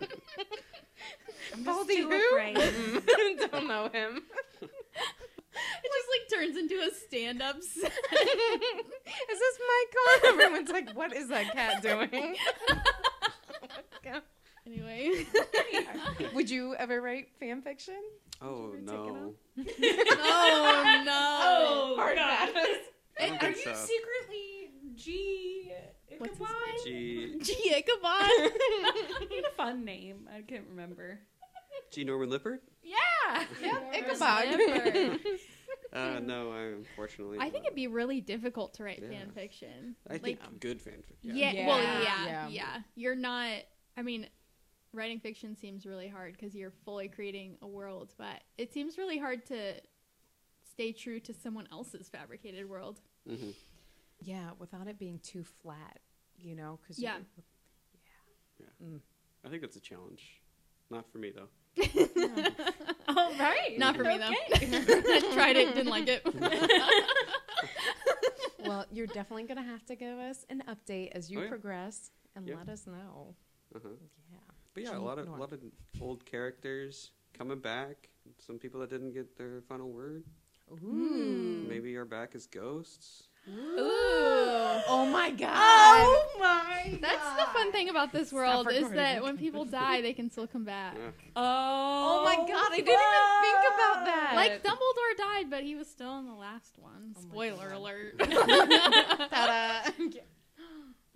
I'm just Baldy too who? afraid. Mm, Don't know him. it just like turns into a stand-up set. Is this my car? Everyone's like, what is that cat doing? anyway, Would you ever write fan fiction? Oh, Did you ever take it no. off? oh no. Hard God. pass. I don't Are you think so. secretly G? What's his Ichabod? G. Gee, Ichabod. Need a fun name. I can't remember. G. Norman Lippert? Yeah. Ichabod. Uh, no, I unfortunately. I think it'd be really difficult to write Yeah. fan fiction. I think good fanfic. Yeah. Yeah. Well, Yeah. yeah, Yeah. yeah. You're not. I mean, writing fiction seems really hard because you're fully creating a world, but it seems really hard to stay true to someone else's fabricated world. hmm yeah, without it being too flat, you know? Cause Yeah. you- I think that's a challenge. Not for me, though. Oh, All right. Not for me though. I tried it, didn't like it. well, you're definitely going to have to give us an update as you Oh, yeah. progress and Yeah. let us know. Uh-huh. Yeah. But yeah, a Gene lot of Norman. lot of old characters coming back. Some people that didn't get their final word Ooh. maybe are back as ghosts. Ooh. Oh my god. my. That's the fun thing about this world is recording. that when people die, they can still come back. Yeah. Oh. Oh my god, I didn't even think about that. Like Dumbledore died, but he was still in the last one. Oh my Spoiler God. alert. Ta-da.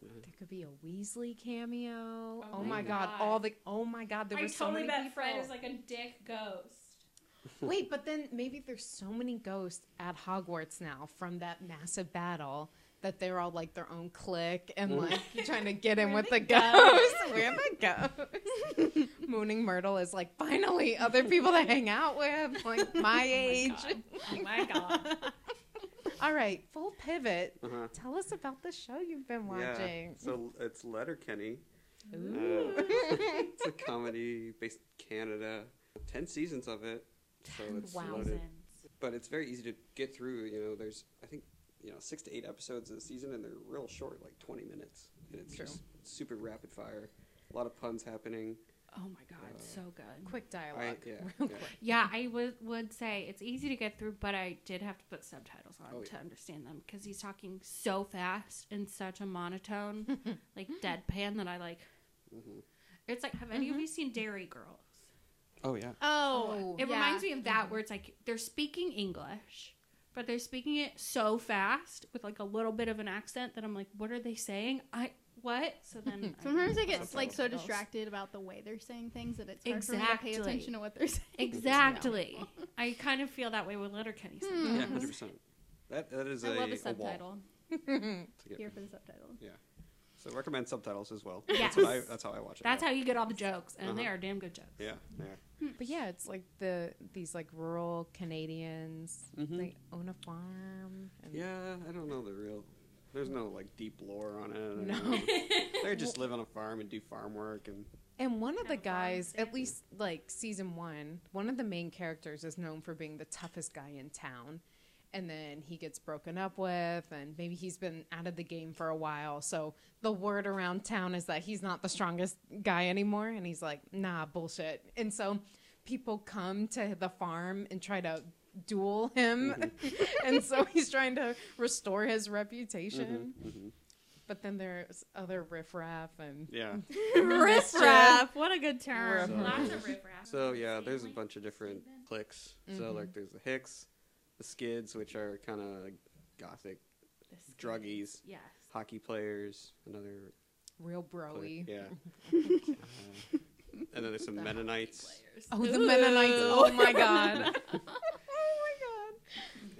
There could be a Weasley cameo. Oh, my god. all the oh my god, there I were so totally many bet people. Fred is like a dick ghost. Wait, but then maybe there's so many ghosts at Hogwarts now from that massive battle that they're all like their own clique and like trying to get in with the ghosts. Where the ghosts? Mooning Myrtle is like finally other people to hang out with, like my age. Oh my god. All right, full pivot. Uh-huh. Tell us about the show you've been Yeah. watching. So it's Letterkenny. Uh, Ooh. it's a comedy based in Canada. Ten seasons of it. So it's Wow. loaded. But it's very easy to get through. You know, there's I think you know six to eight episodes a season, and they're real short, like 20 minutes, and it's True. just super rapid fire. A lot of puns happening. Oh my god, so good. Quick dialogue, I- yeah, real yeah. quick. Yeah, I would would say it's easy to get through, but I did have to put subtitles on Oh, yeah. to understand them because he's talking so fast in such a monotone, like deadpan that I like. Mm-hmm. It's like, have any of you seen Dairy Girls? Oh yeah. Mm-hmm. Oh, It reminds me of that, where it's like they're speaking English, but they're speaking it so fast with like a little bit of an accent that I'm like, what are they saying? I what? So then I- Sometimes I get Sometimes like so else. distracted about the way they're saying things that it's hard for me to pay Exactly. attention to what they're saying. Exactly. I kind of feel that way with Letterkenny. Hmm. Yeah, sometimes. hundred percent. That that is I love a- a a wall subtitle. to get- Here for the subtitle. So recommend subtitles as well. Yes. That's, what I, that's how I watch it. That's yeah. how you get all the jokes, and they Uh-huh. are damn good jokes. Yeah, yeah. But yeah, it's like the these like rural Canadians. Mhm. They own a farm. And Yeah, I don't know the real. There's no like deep lore on it. I No. don't know. they just live on a farm and do farm work and And one of the Have a farm guys, stand. at least like season one, one of the main characters is known for being the toughest guy in town. And then he gets broken up with, and maybe he's been out of the game for a while. So the word around town is that he's not the strongest guy anymore. And he's like, nah, bullshit. And so people come to the farm and try to duel him. and so he's trying to restore his reputation. Mm-hmm. But then there's other riffraff and yeah. Riffraff, What a good term. So- Lots of riffraff. So yeah, there's a Family. bunch of different cliques. So like there's the Hicks, the Skids, which are kind of gothic This- druggies, Yes. hockey players. Another real broy. clique, yeah. Uh, and then there's some Mennonites. Oh, the Mennonites. Oh my god. Oh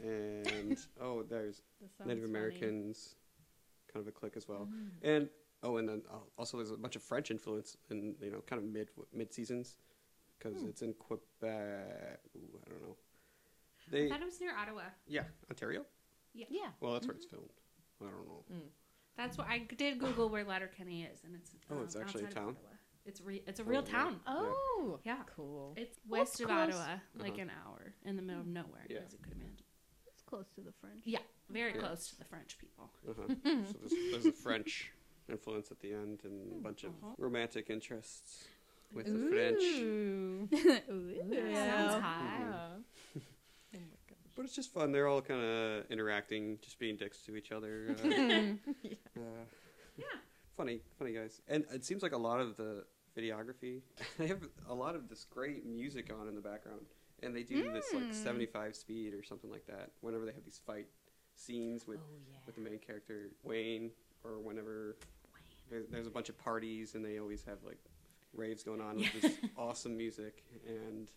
and oh, there's This sounds funny. Native Mm-hmm. Americans, kind of a clique as well. And oh, and then uh, also there's a bunch of French influence in you know kind of mid mid seasons because Hmm. it's in Quebec. Ooh, I don't know. I They thought it was near Ottawa. yeah Ontario. Yeah. Mm-hmm. Yeah. Well, that's where it's filmed. I don't know. That's what I did Google where Letterkenny is, and it's Oh, it's um, actually a outside of town? Ottawa. It's re- it's a Oh, real yeah. town. Oh. Yeah. Cool. It's Well, west it's of close. Ottawa, like Uh-huh. an hour in the middle of nowhere, Yeah. as you could imagine. It's close to the French. Yeah, very Yeah. close to the French people. Uh-huh. so there's, there's a French influence at the end and a bunch of Uh-huh. romantic interests with the French. Sounds Mm-hmm. hot. But it's just fun. They're all kind of interacting, just being dicks to each other. Uh, uh, Yeah. funny, funny guys. And it seems like a lot of the videography, they have a lot of this great music on in the background, and they do this like 75 speed or something like that. Whenever they have these fight scenes with Oh, with the main character Wayne, or whenever there, there's a bunch of parties and they always have like raves going on with this awesome music, and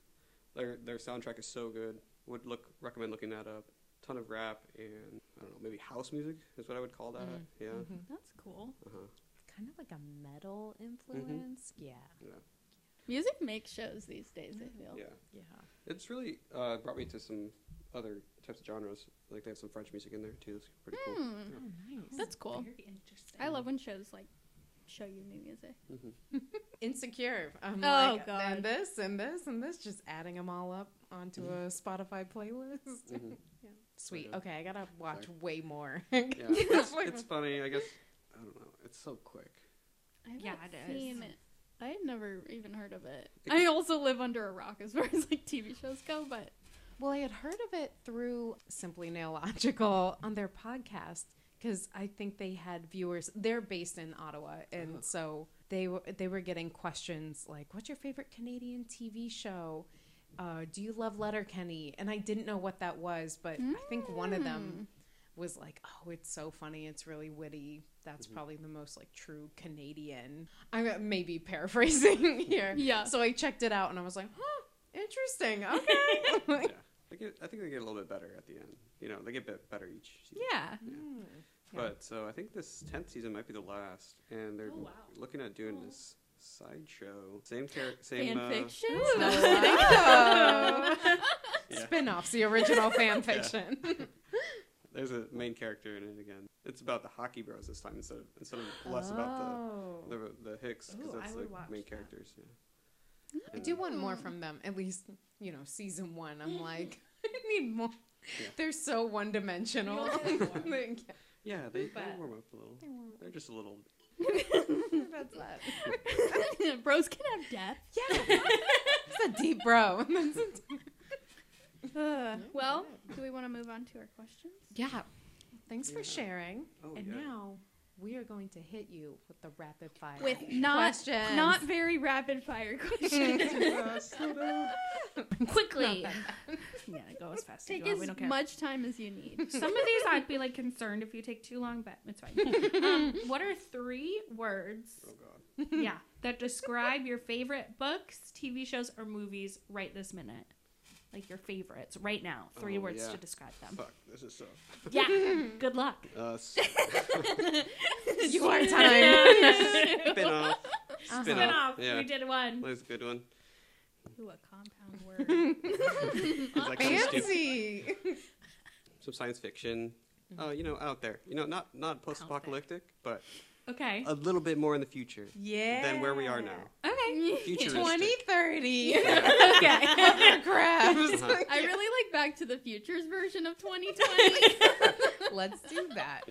their their soundtrack is so good. Would look recommend looking that up. Ton of rap and I don't know, maybe house music is what I would call that. Mm. Yeah. That's cool. Uh-huh. Kind of like a metal influence. Mm-hmm. Yeah. Music makes shows these days, I feel. Yeah. Yeah. It's really uh, brought me to some other types of genres. Like they have some French music in there too. It's pretty cool. Hmm. Oh, nice. That's cool. Very interesting. I love when shows like show you new music. Insecure. I'm Oh, like, God. And this and this and this, just adding them all up onto Mm-hmm. a Spotify playlist. Mhm. Sweet. Yeah. Okay, I gotta watch Sorry. way more. Yeah. it's, it's funny. I guess I don't know. It's so quick. I haven't Yeah, it is. seen it. I had never even heard of it. It- I also live under a rock as far as like TV shows go, but Well, I had heard of it through Simply Neological on their podcast because I think they had viewers. They're based in Ottawa, and so they were they were getting questions like, "What's your favorite Canadian TV show?" Uh, do you love Letterkenny? And I didn't know what that was, but I think one of them was like, "Oh, it's so funny! It's really witty." That's probably the most like true Canadian. I'm uh, maybe paraphrasing here. Yeah. So I checked it out, and I was like, "Huh, interesting. Okay." yeah. They get, I think they get a little bit better at the end. You know, they get bit better each season. Yeah. Mm-hmm. But so I think this tenth season might be the last, and they're Oh, wow. looking at doing this sideshow. Same character, same uh, yeah. Spin-offs, the original fan fiction. There's a main character in it again. It's about the hockey bros this time instead of instead of less about Oh. the the, the Hicks because Ooh, I that's would the watch main that. characters. Yeah. I do want more from them. At least, you know, season one. I'm like, I need more. Yeah. They're so one-dimensional. Like, Yeah, they, they But- warm up a little. They're just a little. That's that. Bros can have death. It's a deep bro. Well, do we want to move on to our questions? yeah. Thanks for Yeah. sharing. Oh and yeah. now we are going to hit you with the rapid fire. with not questions. not very rapid fire questions. Quickly. yeah, go as fast as Take you want. We as don't care. much time as you need. Some of these I'd be like concerned if you take too long, but it's fine. um, what are three words? Oh god. Yeah, that describe your favorite books, TV shows, or movies right this minute. Like your favorites right now. Three Oh, words yeah. to describe them. Fuck. This is so. Yeah. Good luck. Uh, s- you are time. spin off. Spin Spin off. Yeah. We did one. That's a good one. Ooh, a compound word. It's like kinda stupid. Fancy. Some science fiction. Mm-hmm. Uh, you know, out there. You know, not not post-apocalyptic, but Okay. a little bit more in the future Yeah. than where we are now. Okay. Futuristic. 2030. Yeah. okay. Hovercrafts. Uh-huh. I really like Back to the Future's version of 2020. Let's do that.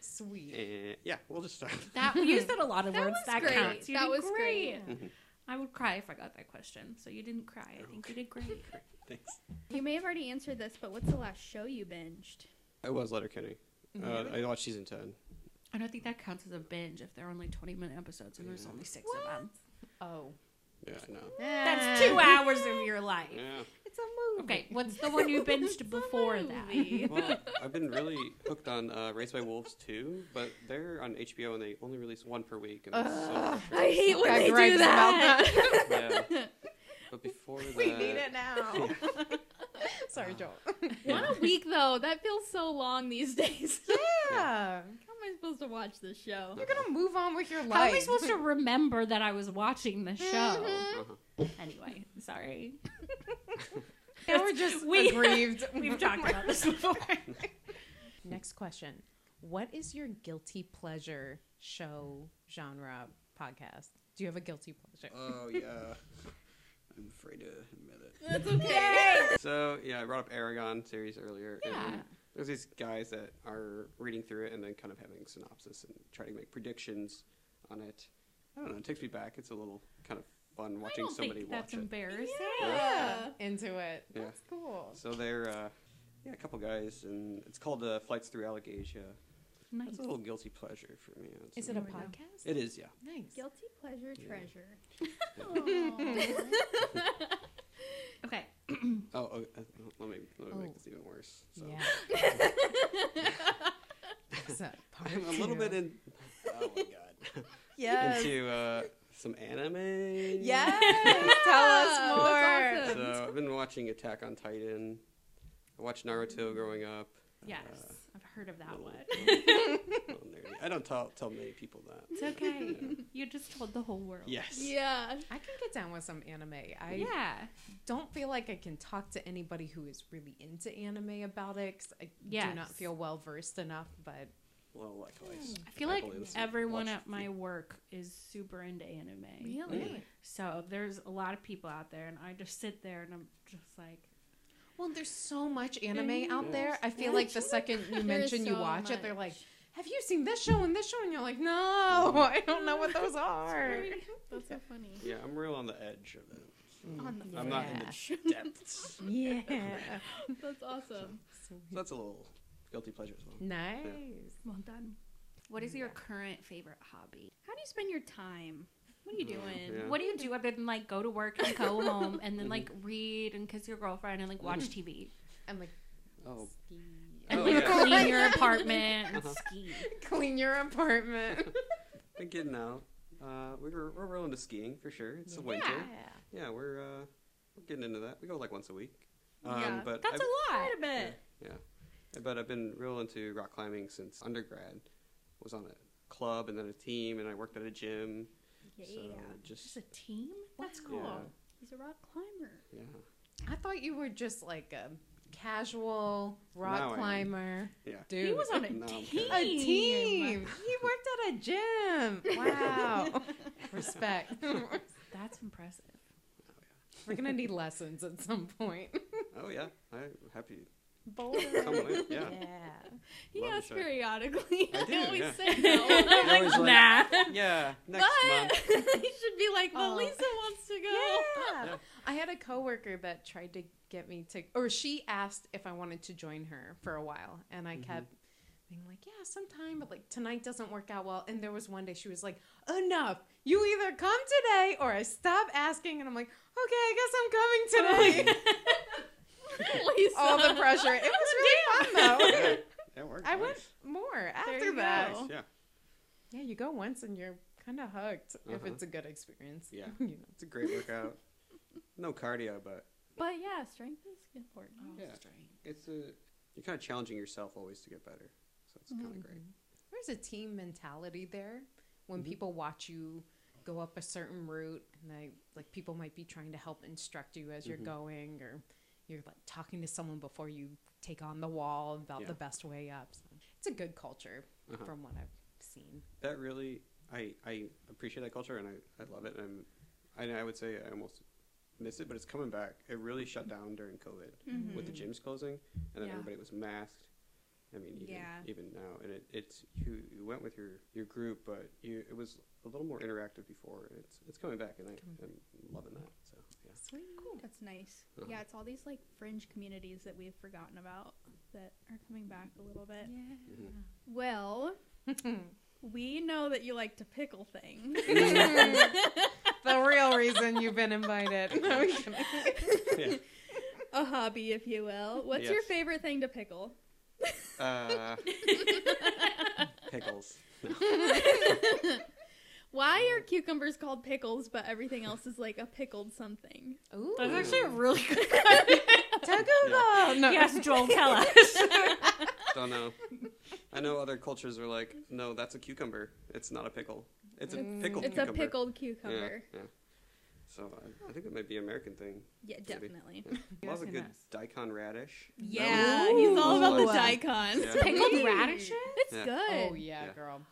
Sweet. Eh, yeah, we'll just start. That we used a lot of That words. was That great. counts. You That did was great. Mhm. I would cry if I got that question. So you didn't cry. I think you did great. Thanks. you may have already answered this, but what's the last show you binged? It was Letterkenny. Uh, Mm-hmm. I watched season ten. I don't think that counts as a binge if they're only 20 minute episodes and there's only six of them. Oh, Eh. Yeah, I know. That's two hours of your life. Yeah. it's a movie. Okay, what's the one you binged before that? Well, I've been really hooked on uh, Raised by Wolves too, but they're on HBO and they only release one per week. And it's so I frustrating. hate Greg when they do gripes that. about that. yeah. But before that, we need it now. Sorry, Joel. One a week though. That feels so long these days. How Yeah. am I supposed to watch this show? You're going to move on with your life. How am I supposed to remember that I was watching the show? Uh-huh. Anyway, sorry. Now we're just We- aggrieved. We've talked about this before. Next question. What is your guilty pleasure show, genre, podcast? Do you have a guilty pleasure? Oh yeah. I'm afraid to admit That's okay. it. So yeah, I brought up Aragon series earlier. Yeah. And there's these guys that are reading through it and then kind of having synopsis and trying to make predictions on it. I don't know. It takes me back. It's a little kind of fun watching I don't somebody think watch that's it. embarrassing. Yeah. Into it. Yeah. That's cool. So they're uh, yeah, a couple guys, and it's called uh, Flights Through Allegasia. Nice. That's a little guilty pleasure for me. It's Is it a really- podcast? It is, yeah. Nice. Guilty pleasure Yeah. treasure. Okay. Oh, oh uh, let me let me Oh. make this even worse. So. Yeah. Except part I'm a little two. bit in. Oh my god. Yes. Into uh, some anime. Yes. Tell us more. That's awesome. So I've been watching Attack on Titan. I watched Naruto growing up. Yes. Uh, I've heard of that little- one. little- little nerdy. I don't tell tell many people that. It's okay. Yeah. You just told the whole world. Yes. Yeah. I can get down with some anime. I Yeah. don't feel like I can talk to anybody who is really into anime about it 'cause I do not Yes. feel well versed enough, but Well, likewise. I feel I like believe so. everyone Watch at my work is super into anime. Really? So there's a lot of people out there, and I just sit there and I'm just like, Well, there's so much anime out Yes. there. I feel like the second you Mm-hmm. There's mention you so watch it, they're much. like, "Have you seen this show and this show?" And you're like, "No, I don't know what those are." That's so funny. Yeah, I'm real on the edge of it. On the I'm not in Yeah. the depths. so Yeah, That's awesome. that's a little guilty pleasure as well. nice. well done. What is your current favorite hobby? How do you spend your time? What are you doing? Mm, Yeah. Mm-hmm. What do you do other than like go to work and go home and then like read and kiss your girlfriend and like watch TV I'm like, Oh, and Mm-hmm. Oh, like yeah. Uh-huh. clean your apartment and ski? clean your apartment. been getting out. Uh, we were we're real into skiing for sure. It's the winter. yeah, Yeah, we're uh, we're getting into that. We go like once a week. Um, Yeah, but That's I've, a lot. a bit. but I've been real into rock climbing since undergrad. Was on a club and then a team, and I worked at a gym. Yeah. So just Just a team. That's Wow. cool. He's a rock climber. yeah, I thought you were just like a casual rock Now I am. climber, yeah. dude. He was on a No, I'm team. kidding. a team. He worked at a gym. Wow. Respect. That's impressive. We're gonna need lessons at some point. Oh yeah, I'm happy. Boulder. Come with, yeah. He Love to asks try. periodically. I do, always yeah. say no. I always like, Nah. yeah, next but month. he should be like, but Oh. Lisa wants to go. Yeah. Yeah. I had a coworker that tried Mm-hmm. to get me to, or she asked if I wanted to join her for a while, and I kept being like, yeah, sometime, but like tonight doesn't work out well. And there was one day she was like, enough. You either come today or I stop asking. And I'm like, okay, Oh I guess I'm coming today. Please. All the pressure. It was really fun though. yeah, that worked. I nice. went more after you that. go. Nice, yeah, Yeah, you go once and you're kind of hooked if Uh-huh. it's a good experience. Yeah. you know. it's a great workout. No cardio, but But yeah, strength is important. Oh, Yeah. strange. it's a you're kind of challenging yourself always to get better, so it's Mm-hmm. kind of great. There's a team mentality there when Mhm. people watch you go up a certain route and they like people might be trying to help instruct you as you're Mhm. going or you're like talking to someone before you take on the wall about Yeah. the best way up. So it's a good culture Uh-huh. from what I've seen. that really I I appreciate that culture and I, I love it and I I would say I almost miss it but it's coming back. It really shut down during COVID Mm-hmm. with the gyms closing and then Yeah. everybody was masked. I mean even, Yeah. even now and it, it's you, you went with your your group but you it was a little more interactive before and it's it's coming back and I, Coming I'm loving that. So yeah. Sweet. That's nice. Uh-huh. Yeah, it's all these like fringe communities that we've forgotten about that are coming back a little bit. Well, we know that you like to pickle things. the real reason you've been invited. No, I'm kidding. yeah. a hobby, if you will. What's your Yes. favorite thing to pickle? Uh, Mm-hmm. pickles. Why Uh, are cucumbers called pickles, but everything else is like a pickled something? Ooh. That's Ooh. actually a really good Togo Yeah. No. Yes, Joel, tell us. Don't know. I know other cultures are like, no, that's a cucumber. It's not a pickle. It's a Mm. pickled It's cucumber. a pickled Yeah, cucumber. yeah. So uh, I, I think it might be an American thing. Yeah, definitely. You're Love a asking good us. daikon radish. Yeah, he's all about the Ooh. daikon. Yeah. Pickled radishes? It's Yeah. good. Oh yeah, Yeah. girl.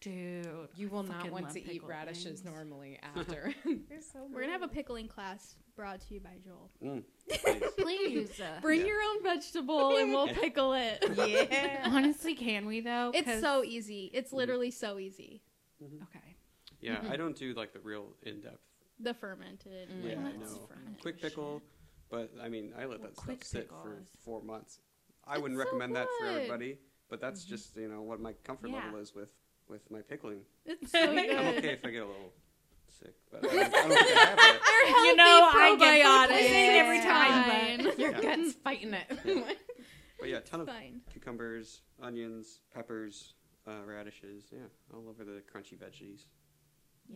Dude. You will not fucking want love to eat pickled radishes things. normally after. We're gonna have a pickling class brought to you by Joel. Mm, please. Please. Bring Yeah. your own vegetable and we'll pickle it. yeah. Honestly, can we though? It's 'Cause- so easy. It's Mm-hmm. literally so easy. Okay. yeah, I don't do like the real in-depth The fermented. Mm. Yeah, I let's know. ferment. quick Shit. pickle, but I mean, I let Well, that stuff quick sit pickle for is- four months. I It's wouldn't so recommend that for good. everybody, but that's just you know what my comfort Yeah. level is with with my pickling. It's so good. I'm okay if I get a little sick, but I don't, I don't think I have that. You know, I get probiotics. everything every It's time, but Your Yeah. gut's fighting it. Yeah. But yeah, a ton of Fine. cucumbers, onions, peppers, uh, radishes. Yeah, all over the crunchy veggies.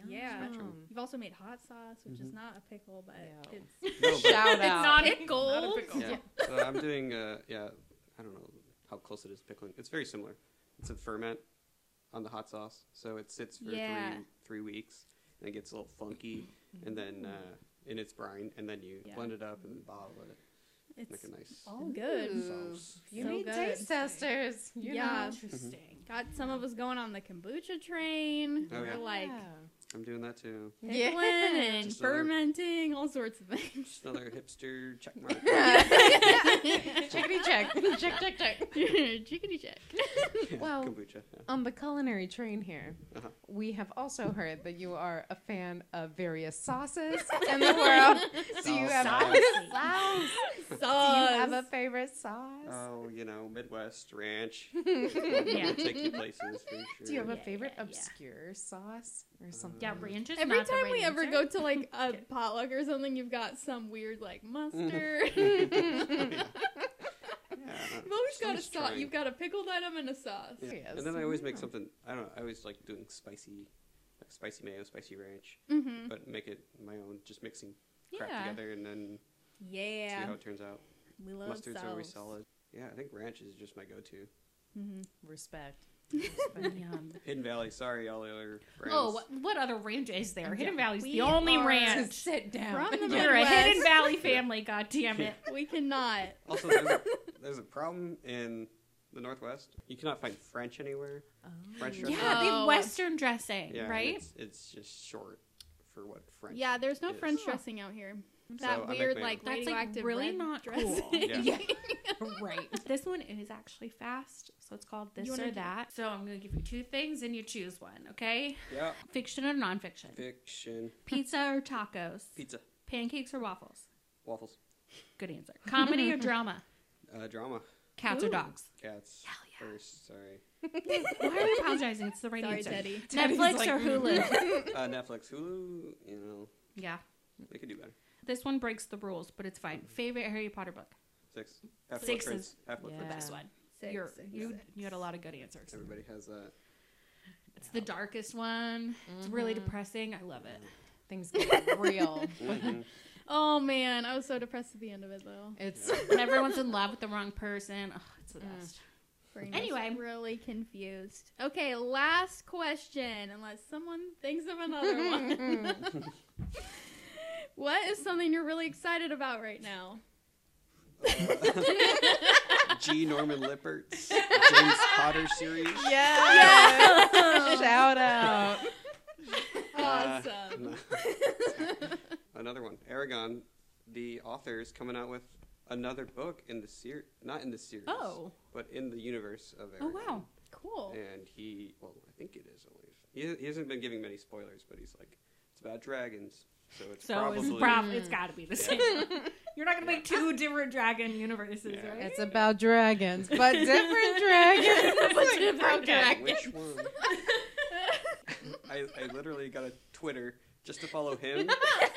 Yeah. Um, You've also made hot sauce, which is Mhm. not a pickle, but No. it's No, but- Shout out. not a- pickle. not a pickle. yeah. So I'm doing. Uh, yeah, I don't know how close it is to pickling. It's very similar. It's a ferment on the hot sauce, so it sits for Yeah. three three weeks and it gets a little funky, and then uh, in its brine, and then you Yeah. blend it up and bottle it, make It's a nice Oh. all good. sauce. you So need good. taste testers. You Yeah. know. Interesting. Got some of us going on the kombucha train. Oh, We're yeah. like I'm doing that too. Yeah. pickling and Just another- fermenting, all sorts of things. Just another hipster check mark. Chickity check. check, check, check. Chickity check. Yeah, Well, kombucha. Yeah. On the culinary train here, Uh-huh. we have also heard that you are a fan of various sauces in the world. Do you have Sauce. sauce? Sauce. Do you have a favorite sauce? Oh, you know, Midwest ranch. Yeah. yeah. Take you places for sure. Do you have a Yeah, favorite yeah, yeah. obscure sauce or something? Yeah, ranch is Every not the time right we ever answer. go to like a Okay. potluck or something, you've got some weird like Mm-hmm. mustard. yeah. Yeah. You've always Just got a always sauce. trying. You've got a pickled item and a sauce. Yeah. Yes. And then I always make Yeah. something. I don't. know, I always like doing spicy, like spicy mayo, spicy ranch, Mm-hmm. but make it my own. Just mixing crap Yeah. together and then see Yeah. how it turns out. We love Mustard's sauce. always solid. Yeah, I think ranch is just my go-to. Mm-hmm. Respect. Yum. Hidden Valley. Sorry, all the other brands. Oh, what, what other ranch is there? Hidden Valley's We the only are- To ranch. sit down. From the You're a Hidden Midwest. Valley family, God damn it. We cannot. Also, there's a, there's a problem in the Northwest. You cannot find French anywhere. French restaurants. Yeah, the Oh. Western dressing, Yeah, and right? It's, it's just short for what French. Yeah, there's no is. French dressing out here. So That I make weird my like own. That's, like, radioactive really red not dressing. cool. Yeah. right. This one is actually fast, so it's called this You wanna or do- that. So I'm going to give you two things and you choose one, okay? Yeah. Fiction or nonfiction? Fiction. Pizza or tacos? Pizza. Pancakes or waffles? Waffles. Good answer. Comedy or drama? Uh, drama. Cats or dogs? Cats. Hell yeah. Or, sorry. Why are you apologizing? It's the right Sorry, answer. Teddy. Netflix or Hulu? Uh, Netflix, Hulu. You know, yeah. they could do better. This one breaks the rules, but it's fine. Favorite Harry Potter book? Six. Half Six Blood is- Prince. Half Blood Yeah. Prince. This Um, one. Six, You're, six, you six. you had a lot of good answers. Everybody has that. It's the darkest one. It's really depressing. I love it. Mm. Things get real. Mhm. Oh man, I was so depressed at the end of it though. It's When everyone's in love with the wrong person, oh, it's the Mm. best. Brain Anyway. was really confused. Okay, last question, unless someone thinks of another one. what is something you're really excited about right now? G. Norman Lippert's James Potter series. yeah. Shout out. Uh, Awesome. Another one. Aragon, the author, is coming out with another book in the series. Not in the series. Oh. But in the universe of Oh Aragon. wow. cool. And he, well, I think it is at least. He, he hasn't been giving many spoilers, but he's like, it's about dragons. So it's So probably. it's probably it's got to be the same. one. Mm. You're not gonna make two different dragon universes, Yeah. right? It's about dragons, but different dragons. But different Like, dragon. Which one? I, I literally got a Twitter just to follow him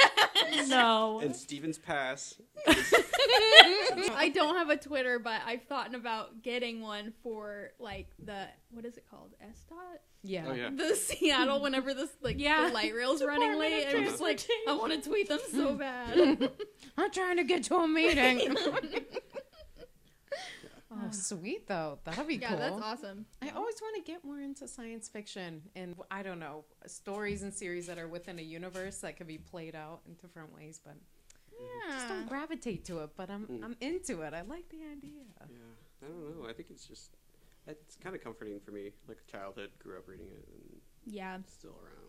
No. and Steven's pass. I don't have a Twitter, but I've thought about getting one for like the what is it called? S dot Yeah. Oh yeah. the Seattle. Whenever this like Yeah. the light rail's running Department late, of I'm just like I want to tweet them so bad. I'm trying to get to a meeting. oh, sweet though. That'll be yeah, cool. that's awesome. I always want to get more into science fiction and I don't know stories and series that are within a universe that could be played out in different ways, but I just Yeah. don't gravitate to it. But I'm Mm. I'm into it. I like the idea. Yeah. I don't know. I think it's just it's kind of comforting for me. Like childhood, grew up reading it, and Yeah, it's still around.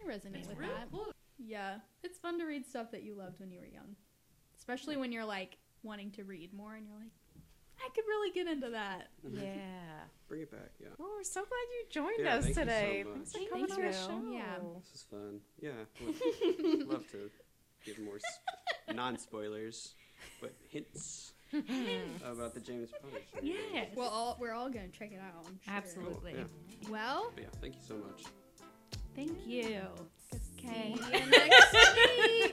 I resonate with that. cool. Yeah, it's fun to read stuff that you loved when you were young, especially when you're like wanting to read more and you're like, I could really get into that. Yeah. Mm-hmm. Bring it back. Yeah. Well, we're so glad you joined Yeah, us thank you so today. much. Thanks for Thank coming on the you. show. Yeah. This is fun. Yeah. would love to give more sp- non spoilers, but hints about the James Potter. series. Yes. Well, all, we're all gonna check it out. I'm sure. Cool, Absolutely. Yeah. Well, But yeah. Thank you so much. Thank you. Okay. see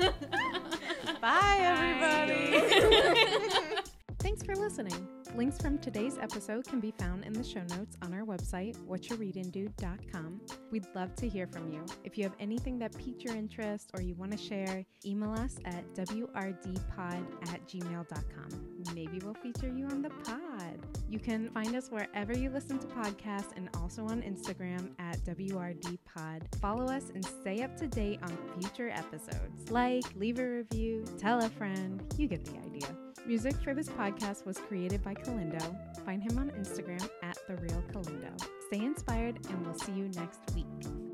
you next Bye, everybody. Thanks for listening. Links from today's episode can be found in the show notes on our website, whatyourreadingdude.com. We'd love to hear from you. If you have anything that piqued your interest or you want to share, email us at wrdpod at gmail.com. Maybe we'll feature you on the pod. You can find us wherever you listen to podcasts and also on Instagram at wrdpod. Follow us and stay up to date on future episodes. Like, leave a review, tell a friend. You get the idea. Music for this podcast was created by Kalindo. Find him on Instagram at The Real Kalindo. Stay inspired, and we'll see you next week.